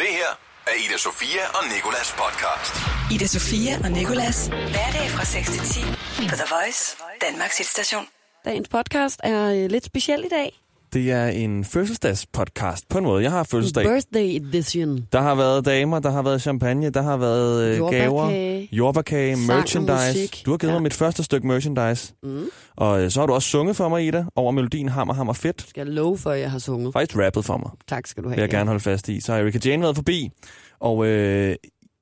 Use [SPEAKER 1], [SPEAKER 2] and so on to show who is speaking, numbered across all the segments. [SPEAKER 1] af Ida Sofia og Nikolas podcast.
[SPEAKER 2] Ida Sofia og Nikolas. Hverdag fra 6 til 10 på The Voice, Danmarks hitstation.
[SPEAKER 3] Dagens podcast er øh, lidt speciel i dag.
[SPEAKER 4] Det er en fødselsdagspodcast på en måde. Jeg har fødselsdag.
[SPEAKER 3] Birthday edition.
[SPEAKER 4] Der har været damer, der har været champagne, der har været øh,
[SPEAKER 3] Jordbærkage.
[SPEAKER 4] gaver, jordbærkage,
[SPEAKER 3] Sang og
[SPEAKER 4] merchandise.
[SPEAKER 3] musik.
[SPEAKER 4] Du har givet
[SPEAKER 3] Ja.
[SPEAKER 4] mig mit første stykke merchandise.
[SPEAKER 3] Mm.
[SPEAKER 4] Og øh, så har du også sunget for mig, Ida, over melodien Hammer, Hammer Fedt.
[SPEAKER 3] Skal jeg love for, at jeg har sunget.
[SPEAKER 4] Faktisk rappet for mig,
[SPEAKER 3] Tak skal du
[SPEAKER 4] vil
[SPEAKER 3] have.
[SPEAKER 4] jeg gerne holde fast i. Så har Erika Jane været forbi, og øh,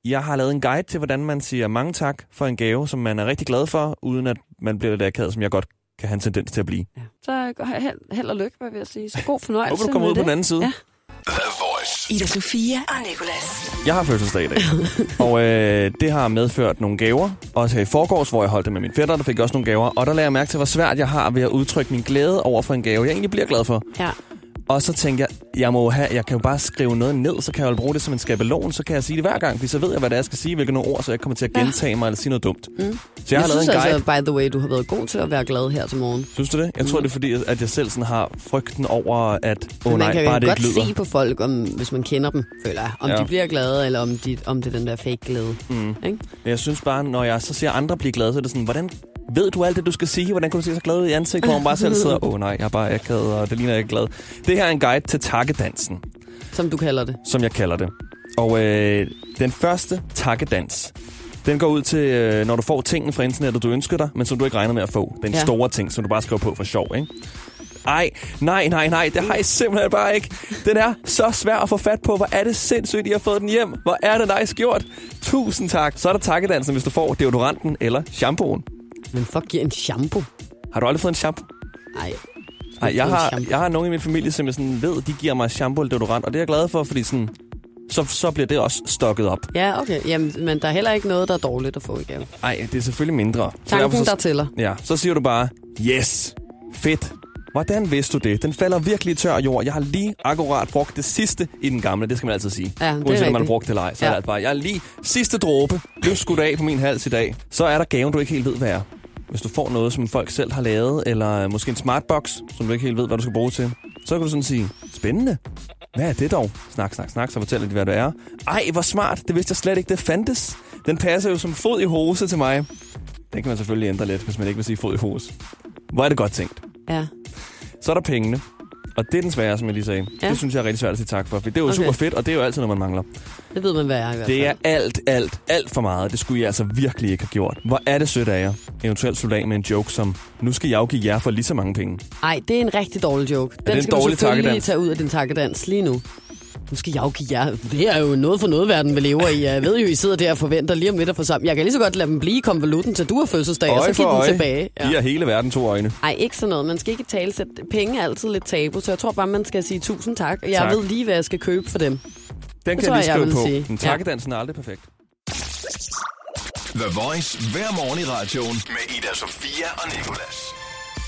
[SPEAKER 4] jeg har lavet en guide til, hvordan man siger mange tak for en gave, som man er rigtig glad for, uden at man bliver lidt akavet, som jeg godt kan have en tendens til at blive.
[SPEAKER 3] Ja. Så går jeg held, held og lykke, hvad vil jeg sige. Så god
[SPEAKER 4] Jeg
[SPEAKER 3] fornøjelse
[SPEAKER 4] håber, du kommer
[SPEAKER 3] med
[SPEAKER 4] ud på
[SPEAKER 3] det.
[SPEAKER 4] den anden side.
[SPEAKER 3] Ja.
[SPEAKER 1] The Voice.
[SPEAKER 2] Ida Sofia og Nikolas.
[SPEAKER 4] Jeg har fødselsdag i dag, og øh, det har medført nogle gaver. Også her i forgårs, hvor jeg holdt det med min fætter, der fik jeg også nogle gaver. Og der lagde jeg mærke til, hvor svært jeg har ved at udtrykke min glæde over for en gave, jeg egentlig bliver glad for.
[SPEAKER 3] Ja.
[SPEAKER 4] Og så tænkte jeg, jeg, må jo have, jeg kan jo bare skrive noget ned, så kan jeg jo bruge det som en skabelon, så kan jeg sige det hver gang, fordi så ved jeg, hvad det er, jeg skal sige, hvilke nogle ord, så jeg ikke kommer til at gentage mig eller sige noget dumt. Mm. Så jeg, jeg har
[SPEAKER 3] jeg
[SPEAKER 4] lavet en
[SPEAKER 3] synes
[SPEAKER 4] guide.
[SPEAKER 3] altså, by the way, du har været god til at være glad her til morgen.
[SPEAKER 4] Synes du det? Jeg tror, det er fordi, at jeg selv sådan har frygten over, at åh
[SPEAKER 3] Men man
[SPEAKER 4] oh, nej,
[SPEAKER 3] kan
[SPEAKER 4] bare
[SPEAKER 3] jo
[SPEAKER 4] det
[SPEAKER 3] godt
[SPEAKER 4] ikke lyder.
[SPEAKER 3] se på folk, om, hvis man kender dem, føler jeg. Om
[SPEAKER 4] Ja.
[SPEAKER 3] ja. de bliver glade, eller om, de, om det er den der fake glæde. Mm. Ikke?
[SPEAKER 4] Men Jeg synes bare, når jeg så ser andre blive glade, så er det sådan, hvordan ved du alt det, du skal sige? Hvordan kan du se så glad ud i ansigtet, hvor man bare selv sidder, åh oh, nej, jeg er bare akavet, og det ligner jeg ikke glad. Det her er en guide til takkedansen,
[SPEAKER 3] Som du kalder det.
[SPEAKER 4] som jeg kalder det. Og øh, den første takkedans, den går ud til, øh, når du får tingene fra internettet, du ønsker dig, men som du ikke regnede med at få. Den
[SPEAKER 3] Ja.
[SPEAKER 4] ja. store ting, som du bare skriver på for sjov, ikke? Ej, nej, nej, nej, det har jeg simpelthen bare ikke. Den er så svær at få fat på. Hvor er det sindssygt, I har fået den hjem. Hvor er det nice gjort. Tusind tak. Så er der takkedansen, hvis du får deodoranten eller shampooen.
[SPEAKER 3] Men fuck, giver en shampoo.
[SPEAKER 4] Har du aldrig fået en shampoo?
[SPEAKER 3] Ej.
[SPEAKER 4] Ej, jeg
[SPEAKER 3] fået
[SPEAKER 4] har,
[SPEAKER 3] shampoo.
[SPEAKER 4] jeg har nogen i min familie, som jeg sådan ved, de giver mig shampoo eller deodorant, og det er jeg glad for, fordi sådan, så, så bliver det også stokket op.
[SPEAKER 3] Ja, okay. Jamen, men der er heller ikke noget, der er dårligt at få i gave.
[SPEAKER 4] Nej, det er selvfølgelig mindre. Så
[SPEAKER 3] Tanken,
[SPEAKER 4] så,
[SPEAKER 3] der tæller.
[SPEAKER 4] Ja, så siger du bare, yes, fedt. Hvordan vidste du det? Den falder virkelig i tør jord. Jeg har lige akkurat brugt det sidste i den gamle. Det skal man altid sige.
[SPEAKER 3] Ja, det er
[SPEAKER 4] Uanset om man har
[SPEAKER 3] rigtigt.
[SPEAKER 4] brugt det eller ej. Så
[SPEAKER 3] Ja.
[SPEAKER 4] ja. er det altså bare, jeg har lige sidste dråbe. Blev skudt af på min hals i dag. Så er der gaven, du ikke helt ved, hvad er. Hvis du får noget, som folk selv har lavet, eller øh, måske en smartbox, som du ikke helt ved, hvad du skal bruge til, så kan du sådan sige, spændende. Hvad er det dog? Snak, snak, snak, så fortæller de, hvad det er. Ej, hvor smart. Det vidste jeg slet ikke, det fandtes. Den passer jo som fod i hose til mig. Den kan man selvfølgelig ændre lidt, hvis man ikke vil sige fod i hose. Hvor er det godt tænkt.
[SPEAKER 3] Ja.
[SPEAKER 4] Så er der pengene. Og det er den svære, som jeg lige sagde.
[SPEAKER 3] Ja.
[SPEAKER 4] Ja. Det synes jeg er rigtig svært at sige tak for, for det er jo
[SPEAKER 3] Okay.
[SPEAKER 4] okay. super fedt, og det er jo altid, når man mangler.
[SPEAKER 3] Det ved man, hvad jeg er i hvert fald.
[SPEAKER 4] Det er alt, alt, alt for meget. Det skulle jeg altså virkelig ikke have gjort. Hvor er det sødt af jer? Eventuelt soldat med en joke som, nu skal jeg jo give jer for lige så mange penge.
[SPEAKER 3] Ej, det er en rigtig dårlig joke. Den
[SPEAKER 4] det en
[SPEAKER 3] skal du
[SPEAKER 4] dårlig
[SPEAKER 3] selvfølgelig
[SPEAKER 4] takkedans?
[SPEAKER 3] tage ud af din takkedans lige nu. Nu skal jeg jo give jer. Det er jo noget for noget verden, vi lever i. Jeg ved jo, I sidder der og forventer lige om lidt at få sammen. Jeg kan lige så godt lade dem blive i konvolutten, til du har fødselsdag, og så give den tilbage.
[SPEAKER 4] Ja. Giver hele verden to øjne.
[SPEAKER 3] Ej, ikke sådan noget. Man skal ikke tale sæt. Penge er altid lidt tabu, så jeg tror bare, man skal sige tusind tak. Jeg
[SPEAKER 4] Tak.
[SPEAKER 3] ved lige, hvad jeg skal købe for dem.
[SPEAKER 4] Den kan
[SPEAKER 3] tror
[SPEAKER 4] jeg lige
[SPEAKER 3] jeg, jeg
[SPEAKER 4] skrive
[SPEAKER 3] vil
[SPEAKER 4] på.
[SPEAKER 3] sige.
[SPEAKER 4] Men
[SPEAKER 3] Ja.
[SPEAKER 4] takkedansen er aldrig perfekt.
[SPEAKER 1] The Voice hver morgen i radioen med Ida Sofia og Nikolas.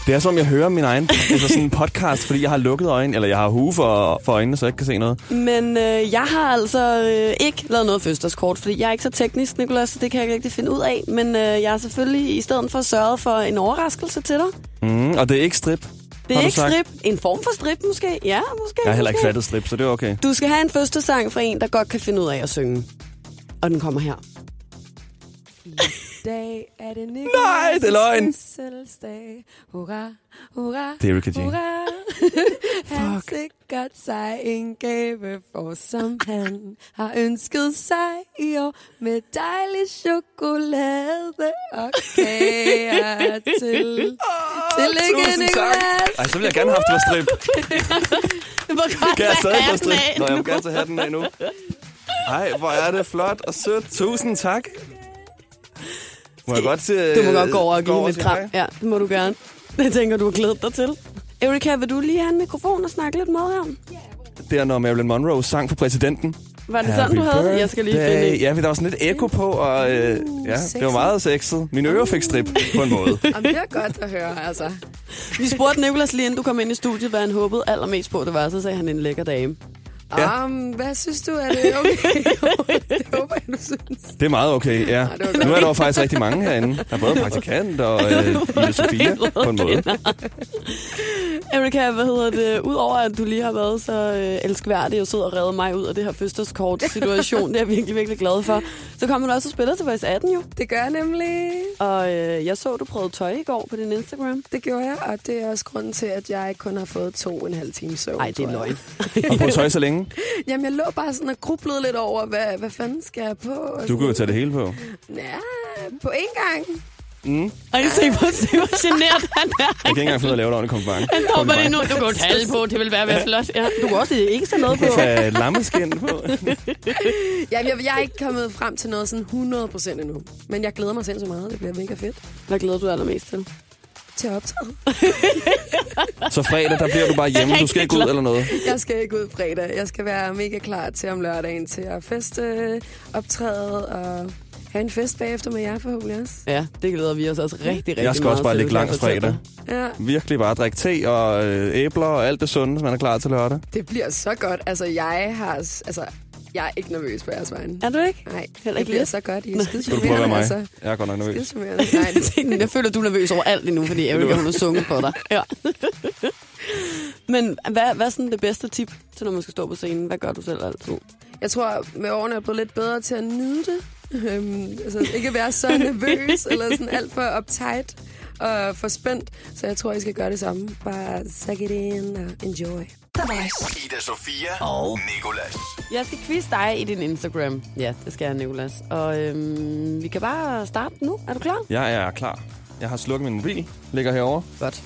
[SPEAKER 4] Det er som, jeg hører min egen altså sådan en podcast, fordi jeg har lukket øjnene, eller jeg har hue for, for øjnene, så jeg ikke kan se noget.
[SPEAKER 3] Men øh, jeg har altså øh, ikke lavet noget fødselsdagskort, fordi jeg er ikke så teknisk, Nicolas, så det kan jeg ikke rigtig finde ud af. Men øh, jeg har selvfølgelig i stedet for sørget for en overraskelse til dig.
[SPEAKER 4] Mm, og det er ikke strip.
[SPEAKER 3] Det
[SPEAKER 4] har
[SPEAKER 3] er
[SPEAKER 4] du
[SPEAKER 3] ikke
[SPEAKER 4] sagt.
[SPEAKER 3] strip. En form for strip, måske. Ja, måske.
[SPEAKER 4] Jeg har heller ikke
[SPEAKER 3] måske.
[SPEAKER 4] fattet strip, så det er okay.
[SPEAKER 3] Du skal have en første sang fra en, der godt kan finde ud af at synge. Og den kommer her.
[SPEAKER 5] dag er det Nicolas'
[SPEAKER 4] Nej, det er løgn.
[SPEAKER 5] fødselsdag. Hurra, hurra,
[SPEAKER 4] Det er Erika Jane.
[SPEAKER 5] hurra. han sikkert sig en gave for, som han har ønsket sig i år. Med dejlig chokolade og kager til. Tillykke,
[SPEAKER 4] Tusind tak.
[SPEAKER 5] Nicolas.
[SPEAKER 4] Ej, så vil jeg gerne have haft det var strip.
[SPEAKER 3] Hvor godt
[SPEAKER 4] Kan jeg stadig få
[SPEAKER 3] er
[SPEAKER 4] strip? Nå, jeg
[SPEAKER 3] den
[SPEAKER 4] vil gerne tage hatten af nu. Ej, hvor er det flot og sødt. Tusind tak. Må jeg godt øh, se...
[SPEAKER 3] Du må godt gå over og give den et
[SPEAKER 4] til
[SPEAKER 3] kram.
[SPEAKER 4] dig?
[SPEAKER 3] Ja, det må du gerne. Det tænker du har glædet dig til. Erika, vil du lige have en mikrofon og snakke lidt med her?
[SPEAKER 4] Det er, når Marilyn Monroe sang for præsidenten.
[SPEAKER 3] Var det sådan, du
[SPEAKER 4] Happy
[SPEAKER 3] havde? det? Jeg skal lige
[SPEAKER 4] birthday.
[SPEAKER 3] finde en.
[SPEAKER 4] Ja, for der var sådan lidt ekko på, og øh, ja, det var
[SPEAKER 5] sexet.
[SPEAKER 4] meget sexet. Mine ører fik strip på en måde.
[SPEAKER 5] Om det er godt at høre, altså.
[SPEAKER 3] Vi spurgte Nicolas lige inden du kom ind i studiet, hvad han håbede allermest på, det var. Så sagde han en lækker dame.
[SPEAKER 4] Ja.
[SPEAKER 5] Ja. Um, hvad synes du? Er det okay? det håber jeg, du synes.
[SPEAKER 4] Det er meget okay, ja.
[SPEAKER 5] det var godt.
[SPEAKER 4] Nu er der jo faktisk rigtig mange herinde. Der er både praktikant og øh, Ida Sofia på en måde.
[SPEAKER 3] Erika, hvad hedder det? Udover at du lige har været så øh, elskværdig og sød og reddet mig ud af det her fødselskort-situation, det er jeg virkelig, virkelig glad for, så kommer du også og spiller til Voice 18 jo.
[SPEAKER 5] Det gør jeg nemlig.
[SPEAKER 3] Og øh, jeg så, du prøvede tøj i går på din Instagram.
[SPEAKER 5] Det gjorde jeg, og det er også grunden til, at jeg kun har fået to og en halv time søvn.
[SPEAKER 3] Nej, det er
[SPEAKER 5] tror jeg.
[SPEAKER 3] løgn.
[SPEAKER 4] Og på tøj så længe.
[SPEAKER 5] Jamen, jeg lå bare sådan og grublede lidt over, hvad, hvad fanden skal jeg på? Og
[SPEAKER 4] Du kan jo
[SPEAKER 5] sådan-
[SPEAKER 4] tage det hele på.
[SPEAKER 5] Ja, på én gang.
[SPEAKER 3] Ej, se hvor, se hvor genert han er.
[SPEAKER 4] Jeg kan ikke engang finde ud af at lave et ordentligt kompliment.
[SPEAKER 3] Han står bare lige nu. Du kan jo tale på, det vil være være flot. Ja. Du kan også ikke tage noget på.
[SPEAKER 4] Tag lammeskin på.
[SPEAKER 5] Jamen, jeg, jeg er ikke kommet frem til noget sådan 100% endnu. Men jeg glæder mig selv så meget. Det bliver mega fedt
[SPEAKER 3] Hvad glæder du dig allermest til?
[SPEAKER 5] til at optræde.
[SPEAKER 4] Så fredag, der bliver du bare hjemme. Du skal ikke ud eller noget.
[SPEAKER 5] Jeg skal ikke ud fredag. Jeg skal være mega klar til om lørdagen til at feste, optræde og have en fest bagefter med jer forhåbentlig også.
[SPEAKER 3] Ja, det glæder vi os også rigtig, rigtig meget
[SPEAKER 4] Jeg skal også bare
[SPEAKER 3] til,
[SPEAKER 4] ligge
[SPEAKER 3] kan jeg
[SPEAKER 4] langs
[SPEAKER 3] fortælle
[SPEAKER 4] fredag.
[SPEAKER 3] dig.
[SPEAKER 5] Ja.
[SPEAKER 4] Virkelig bare drikke te og øh, æbler og alt det sunde, som man er klar til lørdag.
[SPEAKER 5] Det bliver så godt. Altså, jeg har... s- Altså, jeg er ikke nervøs på jeres vejen.
[SPEAKER 3] Er du ikke?
[SPEAKER 5] Nej,
[SPEAKER 3] Heller
[SPEAKER 5] det
[SPEAKER 3] ikke
[SPEAKER 5] bliver
[SPEAKER 3] lidt.
[SPEAKER 5] så godt. I er skide
[SPEAKER 4] Skal du prøve at være mig?
[SPEAKER 5] altså.
[SPEAKER 4] Jeg er godt nok nervøs.
[SPEAKER 5] Skidesummerende. Nej, det
[SPEAKER 3] Tænk, jeg føler, du er nervøs over alt lige nu, fordi Erika, hun har sunget på dig. Ja. Men hvad, hvad er sådan det bedste tip til, når man skal stå på scenen? Hvad gør du selv altid?
[SPEAKER 5] Jeg tror, med årene er jeg blevet lidt bedre til at nyde det. Øhm, altså, ikke være så nervøs eller sådan alt for uptight og for spændt. Så jeg tror, I skal gøre det samme. Bare suck it in og enjoy.
[SPEAKER 2] The Voice.
[SPEAKER 1] Ida Sofia og Nikolas.
[SPEAKER 3] Jeg skal quizze dig i din Instagram. Ja, det skal jeg, Nicolas. Og øhm, vi kan bare starte nu. Er du klar?
[SPEAKER 4] Jeg er klar. Jeg har slukket min mobil. Ligger herovre.
[SPEAKER 3] Godt.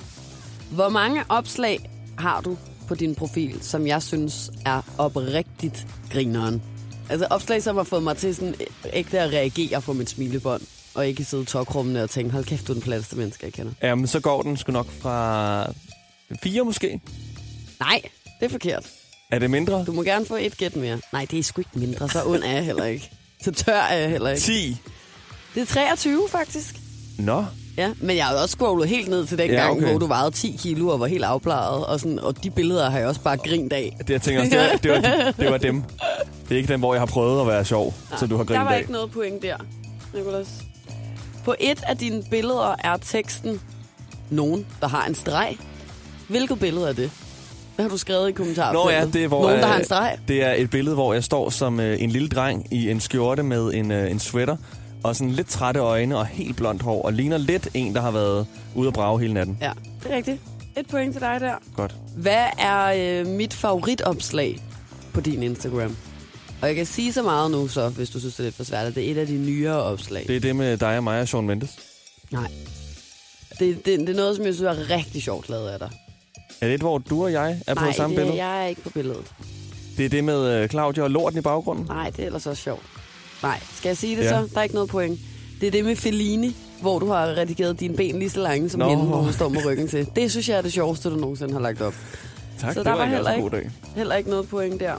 [SPEAKER 3] Hvor mange opslag har du på din profil, som jeg synes er oprigtigt grineren? Altså opslag, som har fået mig til sådan øh, ægte at reagere på mit smilebånd, og ikke sidde tokrummende og tænke, hold kæft, du er den platteste menneske, jeg kender.
[SPEAKER 4] Jamen, så går den sgu nok fra fire måske.
[SPEAKER 3] Nej, det er forkert.
[SPEAKER 4] Er det mindre?
[SPEAKER 3] Du må gerne få et gæt mere. Nej, det er sgu ikke mindre, så ond er jeg heller ikke. Så tør er jeg heller ikke.
[SPEAKER 4] 10.
[SPEAKER 3] Det er 23 faktisk.
[SPEAKER 4] Nå.
[SPEAKER 3] Ja, men jeg har jo også scrollet helt ned til den
[SPEAKER 4] Ja,
[SPEAKER 3] ja, gang,
[SPEAKER 4] okay.
[SPEAKER 3] okay. hvor du vejede 10 kilo og var helt afplejet. Og, sådan, og de billeder har jeg også bare grint af.
[SPEAKER 4] Det, jeg tænker også, det var, det, var, det var dem. Det er ikke den, hvor jeg har prøvet at være sjov, Nej, så du har
[SPEAKER 3] Der
[SPEAKER 4] grinet
[SPEAKER 3] var
[SPEAKER 4] af.
[SPEAKER 3] ikke noget point der, Nicolas. På et af dine billeder er teksten nogen, der har en streg. Hvilket billede er det? Hvad har du skrevet i kommentarfeltet?
[SPEAKER 4] Nå ja, det er, hvor,
[SPEAKER 3] Nogen, der
[SPEAKER 4] øh,
[SPEAKER 3] har en streg.
[SPEAKER 4] Det er et billede, hvor jeg står som øh, en lille dreng i en skjorte med en, øh, en sweater, og sådan lidt trætte øjne og helt blondt hår, og ligner lidt en, der har været ude at brage hele natten.
[SPEAKER 3] Ja, det er rigtigt. Et point til dig der.
[SPEAKER 4] Godt.
[SPEAKER 3] Hvad er øh, mit favoritopslag på din Instagram? Og jeg kan sige så meget nu så, hvis du synes, det er lidt for svært, at det er et af de nyere opslag.
[SPEAKER 4] Det er det med dig og mig og Sean Mendes.
[SPEAKER 3] Nej. Det, det, det er noget, som jeg synes er rigtig sjovt lavet af dig.
[SPEAKER 4] Er det et, hvor du og jeg er på
[SPEAKER 3] Nej,
[SPEAKER 4] samme
[SPEAKER 3] det,
[SPEAKER 4] billede?
[SPEAKER 3] jeg er ikke på billedet.
[SPEAKER 4] Det er det med øh, Claudia og lorten i baggrunden?
[SPEAKER 3] Nej, det er ellers også sjovt. Nej, skal jeg sige det
[SPEAKER 4] Ja.
[SPEAKER 3] ja. så? Der er ikke noget point. Det er det med Fellini, hvor du har redigeret dine ben lige så lange som
[SPEAKER 4] Nå.
[SPEAKER 3] no. hende, hvor hun står med ryggen til. Det synes jeg er det sjoveste, du nogensinde har lagt op.
[SPEAKER 4] Tak,
[SPEAKER 3] Så
[SPEAKER 4] det
[SPEAKER 3] der
[SPEAKER 4] var,
[SPEAKER 3] var
[SPEAKER 4] egentlig
[SPEAKER 3] heller
[SPEAKER 4] også en god dag.
[SPEAKER 3] Heller ikke noget point der.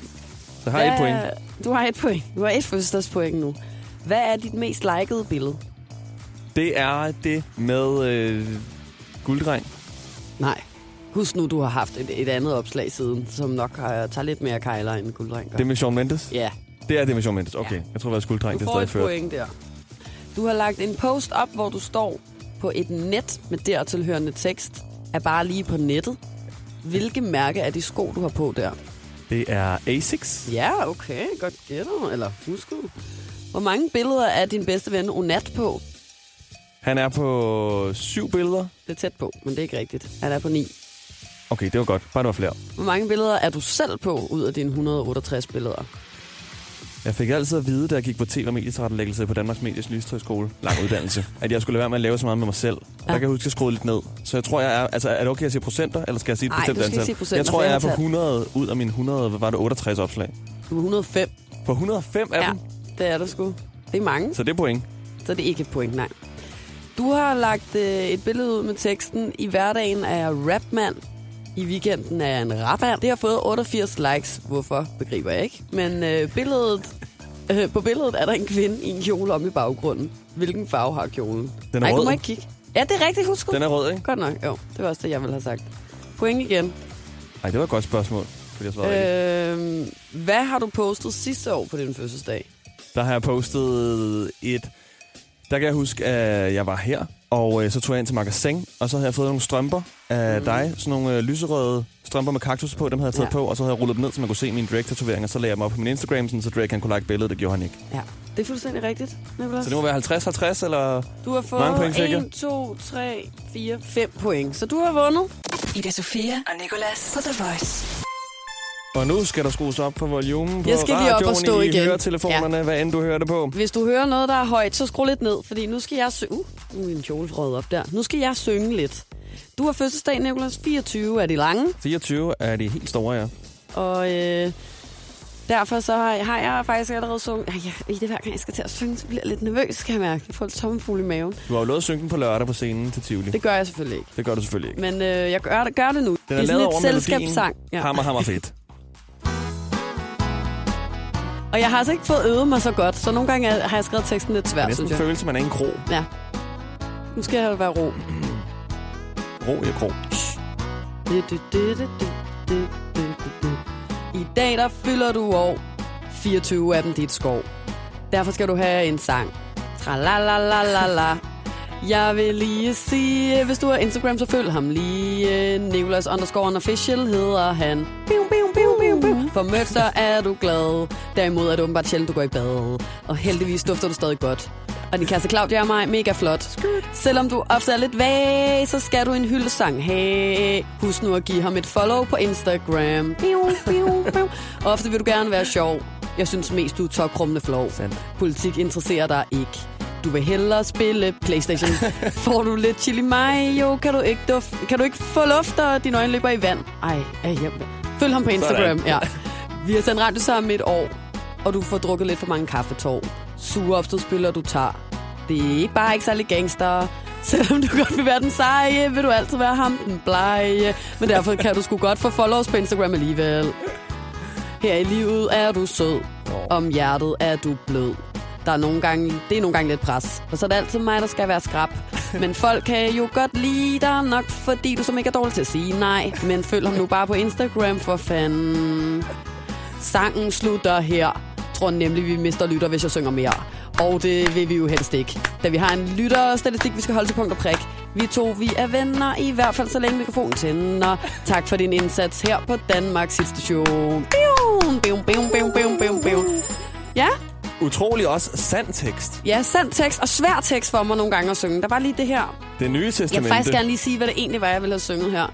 [SPEAKER 4] Så har jeg et
[SPEAKER 3] Hvad-
[SPEAKER 4] point.
[SPEAKER 3] Du har et point. Du har et fødselsdagspoint nu. Hvad er dit mest likede billede?
[SPEAKER 4] Det er det med øh, gulddreng.
[SPEAKER 3] Nej. Husk nu, du har haft et, et andet opslag siden, som nok har, tager lidt mere kejler end gulddreng. gør.
[SPEAKER 4] Det med Sean Mendes?
[SPEAKER 3] Ja,
[SPEAKER 4] Det er det med Sean Mendes. Okay,
[SPEAKER 3] Ja.
[SPEAKER 4] jeg tror, det var skulddreng,
[SPEAKER 3] du får
[SPEAKER 4] det stadig
[SPEAKER 3] et
[SPEAKER 4] ført.
[SPEAKER 3] point der. Du har lagt en post op, hvor du står på et net med dertilhørende tekst. Er bare lige på nettet. Hvilke mærke er de sko, du har på der?
[SPEAKER 4] Det er Asics.
[SPEAKER 3] Ja, okay. Godt gætter. Eller husket. Hvor mange billeder er din bedste ven Onat på?
[SPEAKER 4] Han er på syv billeder.
[SPEAKER 3] Det er tæt på, men det er ikke rigtigt. Han er på 9.
[SPEAKER 4] Okay, det var godt. Bare der var flere.
[SPEAKER 3] Hvor mange billeder er du selv på ud af dine 168 billeder?
[SPEAKER 4] Jeg fik altid at vide, da jeg gik på tv- og medietrættelæggelse på Danmarks Medies Lystøjskole, lang uddannelse, at jeg skulle lade være med at lave så meget med mig selv. Og Der kan jeg huske, at jeg skruede lidt ned. Så jeg tror, jeg er... Altså, er det okay at sige procenter, eller skal jeg sige et
[SPEAKER 3] Nej,
[SPEAKER 4] bestemt
[SPEAKER 3] du skal ikke
[SPEAKER 4] antal?
[SPEAKER 3] sige procenter,
[SPEAKER 4] jeg tror,
[SPEAKER 3] for
[SPEAKER 4] jeg er
[SPEAKER 3] jeg
[SPEAKER 4] på
[SPEAKER 3] har talt.
[SPEAKER 4] 100 ud af mine 100, hvad var det, 68 opslag.
[SPEAKER 3] Du er 105.
[SPEAKER 4] På 105 af
[SPEAKER 3] Ja,
[SPEAKER 4] dem,
[SPEAKER 3] det er du sgu. Det er mange,
[SPEAKER 4] så det er point.
[SPEAKER 3] så det er ikke et point, nej. Du har lagt øh, et billede ud med teksten. I hverdagen er jeg rapmand. I weekenden er jeg en rapper. Det har fået 88 likes. Hvorfor, begriber jeg ikke. Men øh, billedet, øh, på billedet er der en kvinde i en kjole om i baggrunden. Hvilken farve har kjolen?
[SPEAKER 4] Den er
[SPEAKER 3] Nej, du
[SPEAKER 4] rød.
[SPEAKER 3] må ikke kigge. Ja, det er rigtigt, husk.
[SPEAKER 4] Den er rød, ikke?
[SPEAKER 3] Godt nok, jo. Det var også det, jeg ville have sagt. Point igen.
[SPEAKER 4] Nej, det var et godt spørgsmål. fordi jeg svarede øh.
[SPEAKER 3] Øhm, hvad har du postet sidste år på din fødselsdag?
[SPEAKER 4] Der har jeg postet et... Der kan jeg huske, at jeg var her, og øh, så tog jeg ind til magasin, og så havde jeg fået nogle strømper af mm. dig. Sådan nogle øh, lyserøde strømper med kaktus på, dem havde jeg taget
[SPEAKER 3] Ja.
[SPEAKER 4] ja. på, og så havde jeg rullet dem ned, så man kunne se mine Drake-tatoveringer. Så lagde jeg dem op på min Instagram, sådan, så Drake han kunne like billedet, det gjorde han ikke.
[SPEAKER 3] Ja. Det er fuldstændig rigtigt, Nicolas.
[SPEAKER 4] Så det må være 50-50, eller...
[SPEAKER 3] Du har
[SPEAKER 4] Mange point
[SPEAKER 3] fået
[SPEAKER 4] fik jeg?
[SPEAKER 3] 1, 2, 3, 4, 5 point. Så du har vundet.
[SPEAKER 2] Ida Sofia og Nicolas på The Voice.
[SPEAKER 4] Og nu skal der skrues op for volumen på
[SPEAKER 3] Jeg skal lige op og
[SPEAKER 4] radioen,
[SPEAKER 3] stå
[SPEAKER 4] i
[SPEAKER 3] igen.
[SPEAKER 4] høretelefonerne, ja. hvad end du hører det på.
[SPEAKER 3] Hvis du hører noget, der er højt, så skru lidt ned, fordi nu skal jeg synge... Uh, nu er min kjole røget op der. Nu skal jeg synge lidt. Du har fødselsdag, Nicolas. 24 er de lange,
[SPEAKER 4] 24 er de helt store, ja.
[SPEAKER 3] og øh, derfor så har jeg, har jeg faktisk allerede sunget... Ej, ja, i det hver gang, jeg skal til at synge, så bliver jeg lidt nervøs, kan jeg mærke. Jeg får lidt tommelfugle i maven.
[SPEAKER 4] Du har jo lovet at synge den på lørdag på scenen til Tivoli. Det,
[SPEAKER 3] Det gør jeg selvfølgelig ikke.
[SPEAKER 4] det gør du selvfølgelig ikke.
[SPEAKER 3] Men øh, jeg gør det, gør det nu. Den det
[SPEAKER 4] Den
[SPEAKER 3] er
[SPEAKER 4] er
[SPEAKER 3] sådan
[SPEAKER 4] lavet
[SPEAKER 3] et
[SPEAKER 4] over
[SPEAKER 3] selskabssang.
[SPEAKER 4] melodien. Ja. Hammer, hammer fedt.
[SPEAKER 3] Og jeg har altså ikke fået øvet mig så godt, så nogle gange er- har jeg skrevet teksten lidt
[SPEAKER 4] Det er
[SPEAKER 3] svært,
[SPEAKER 4] næsten
[SPEAKER 3] synes
[SPEAKER 4] en
[SPEAKER 3] jeg.
[SPEAKER 4] følelse, man er i en kro.
[SPEAKER 3] Ja. Nu skal jeg være ro.
[SPEAKER 4] Ro i kro.
[SPEAKER 3] Du, du, du, du, du, du, du, du, du. I dag der fylder du år 24 af dem dit skov Derfor skal du have en sang Tra la la la la la Jeg vil lige sige Hvis du har Instagram så følg ham lige Nicolas underscore official hedder han Biu, biu, biu, biu, biu. For mødt så er du glad Derimod er det åbenbart sjældent du går i bad Og heldigvis dufter du stadig godt og din kæreste Claudia og mig, mega flot. Selvom du ofte er lidt vag, så skal du en hyldesang have. Husk nu at give ham et follow på Instagram. Biu, biu, biu. Ofte vil du gerne være sjov. Jeg synes mest, du er tokrummende flov.
[SPEAKER 4] Sandt.
[SPEAKER 3] Politik interesserer dig ikke. Du vil hellere spille Playstation. Får du lidt chili mayo, kan du ikke, duf- kan du ikke få luft, og dine øjne løber i vand. Ej, ej jeg... Følg ham på Instagram.
[SPEAKER 4] Sådan.
[SPEAKER 3] Ja. Vi har sendt radio sammen i et år, og du får drukket lidt for mange kaffetår. Sure opstødspiller, du tager. Det er ikke bare ikke særlig gangster. Selvom du godt vil være den seje, vil du altid være ham den blege. Men derfor kan du sgu godt få followers på Instagram alligevel. Her i livet er du sød. Om hjertet er du blød. Der er nogle gange, det er nogle gange lidt pres. Og så er det altid mig, der skal være skrab. Men folk kan jo godt lide dig nok, fordi du som ikke er dårlig til at sige nej. Men følg ham nu bare på Instagram for fanden. Sangen slutter her. Tror nemlig, vi mister lytter, hvis jeg synger mere. Og det vil vi jo helst ikke. Da vi har en lytterstatistik, vi skal holde til punkt og prik. Vi to, vi er venner, i hvert fald så længe mikrofonen tænder. Tak for din indsats her på Danmarks sidste show. Bium, bium, bium, bium, bium, bium, bium. Ja,
[SPEAKER 4] Utrolig også sand tekst.
[SPEAKER 3] ja, sand tekst og svær tekst for mig nogle gange at synge. Der var lige det her
[SPEAKER 4] Det nye
[SPEAKER 3] jeg vil
[SPEAKER 4] testamente.
[SPEAKER 3] faktisk gerne lige sige, hvad det egentlig var, jeg ville have sunget her.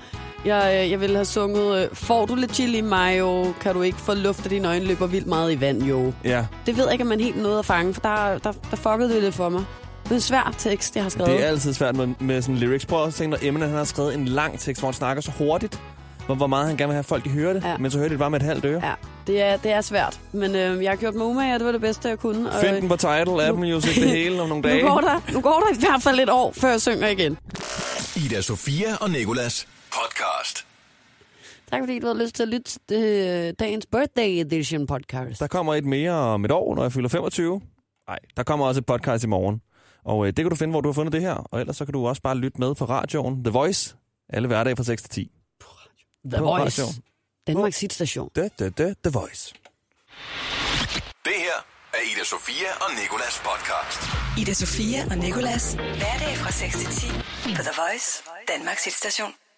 [SPEAKER 3] Jeg, øh, jeg ville have sunget, øh, får du lidt chili mayo, kan du ikke få luft af dine øjne, løber vildt meget i vand, jo.
[SPEAKER 4] Ja,
[SPEAKER 3] Det ved jeg ikke, om man helt nåede at fange, for der, der, der fuckede det lidt for mig. Det er en svær tekst, jeg har skrevet.
[SPEAKER 4] det er altid svært med, med sådan lyrics. Prøv at tænke, når Eminem han har skrevet en lang tekst, hvor han snakker så hurtigt, hvor, hvor meget han gerne vil have folk, de hører det,
[SPEAKER 3] Ja.
[SPEAKER 4] ja. men så hører de det bare med et halvt øre. Ja.
[SPEAKER 3] Ja, det er, det er svært. Men øh, jeg har gjort mig umage, og det var det bedste, jeg kunne. Og,
[SPEAKER 4] Find
[SPEAKER 3] øh,
[SPEAKER 4] den på Tidal, Apple Music, det hele om nogle dage.
[SPEAKER 3] nu, går der, nu går der i hvert fald et år, før jeg synger igen.
[SPEAKER 1] Ida Sofia og Nikolas podcast.
[SPEAKER 3] Tak fordi du havde lyst til at lytte til øh, dagens Birthday Edition podcast.
[SPEAKER 4] Der kommer et mere om et år, når jeg fylder 25. Nej, der kommer også et podcast i morgen. Og øh, det kan du finde, hvor du har fundet det her. Og ellers så kan du også bare lytte med på radioen The Voice. Alle hverdage fra 6 til 10.
[SPEAKER 3] The
[SPEAKER 4] på
[SPEAKER 3] Voice.
[SPEAKER 4] radioen.
[SPEAKER 3] Danmarks hitstation.
[SPEAKER 4] Da, da, da, The Voice.
[SPEAKER 1] Det her er Ida Sofia og Nikolas podcast.
[SPEAKER 2] Ida Sofia og Nicolas. Hverdag fra 6 til 10 på The Voice, Danmarks hitstation.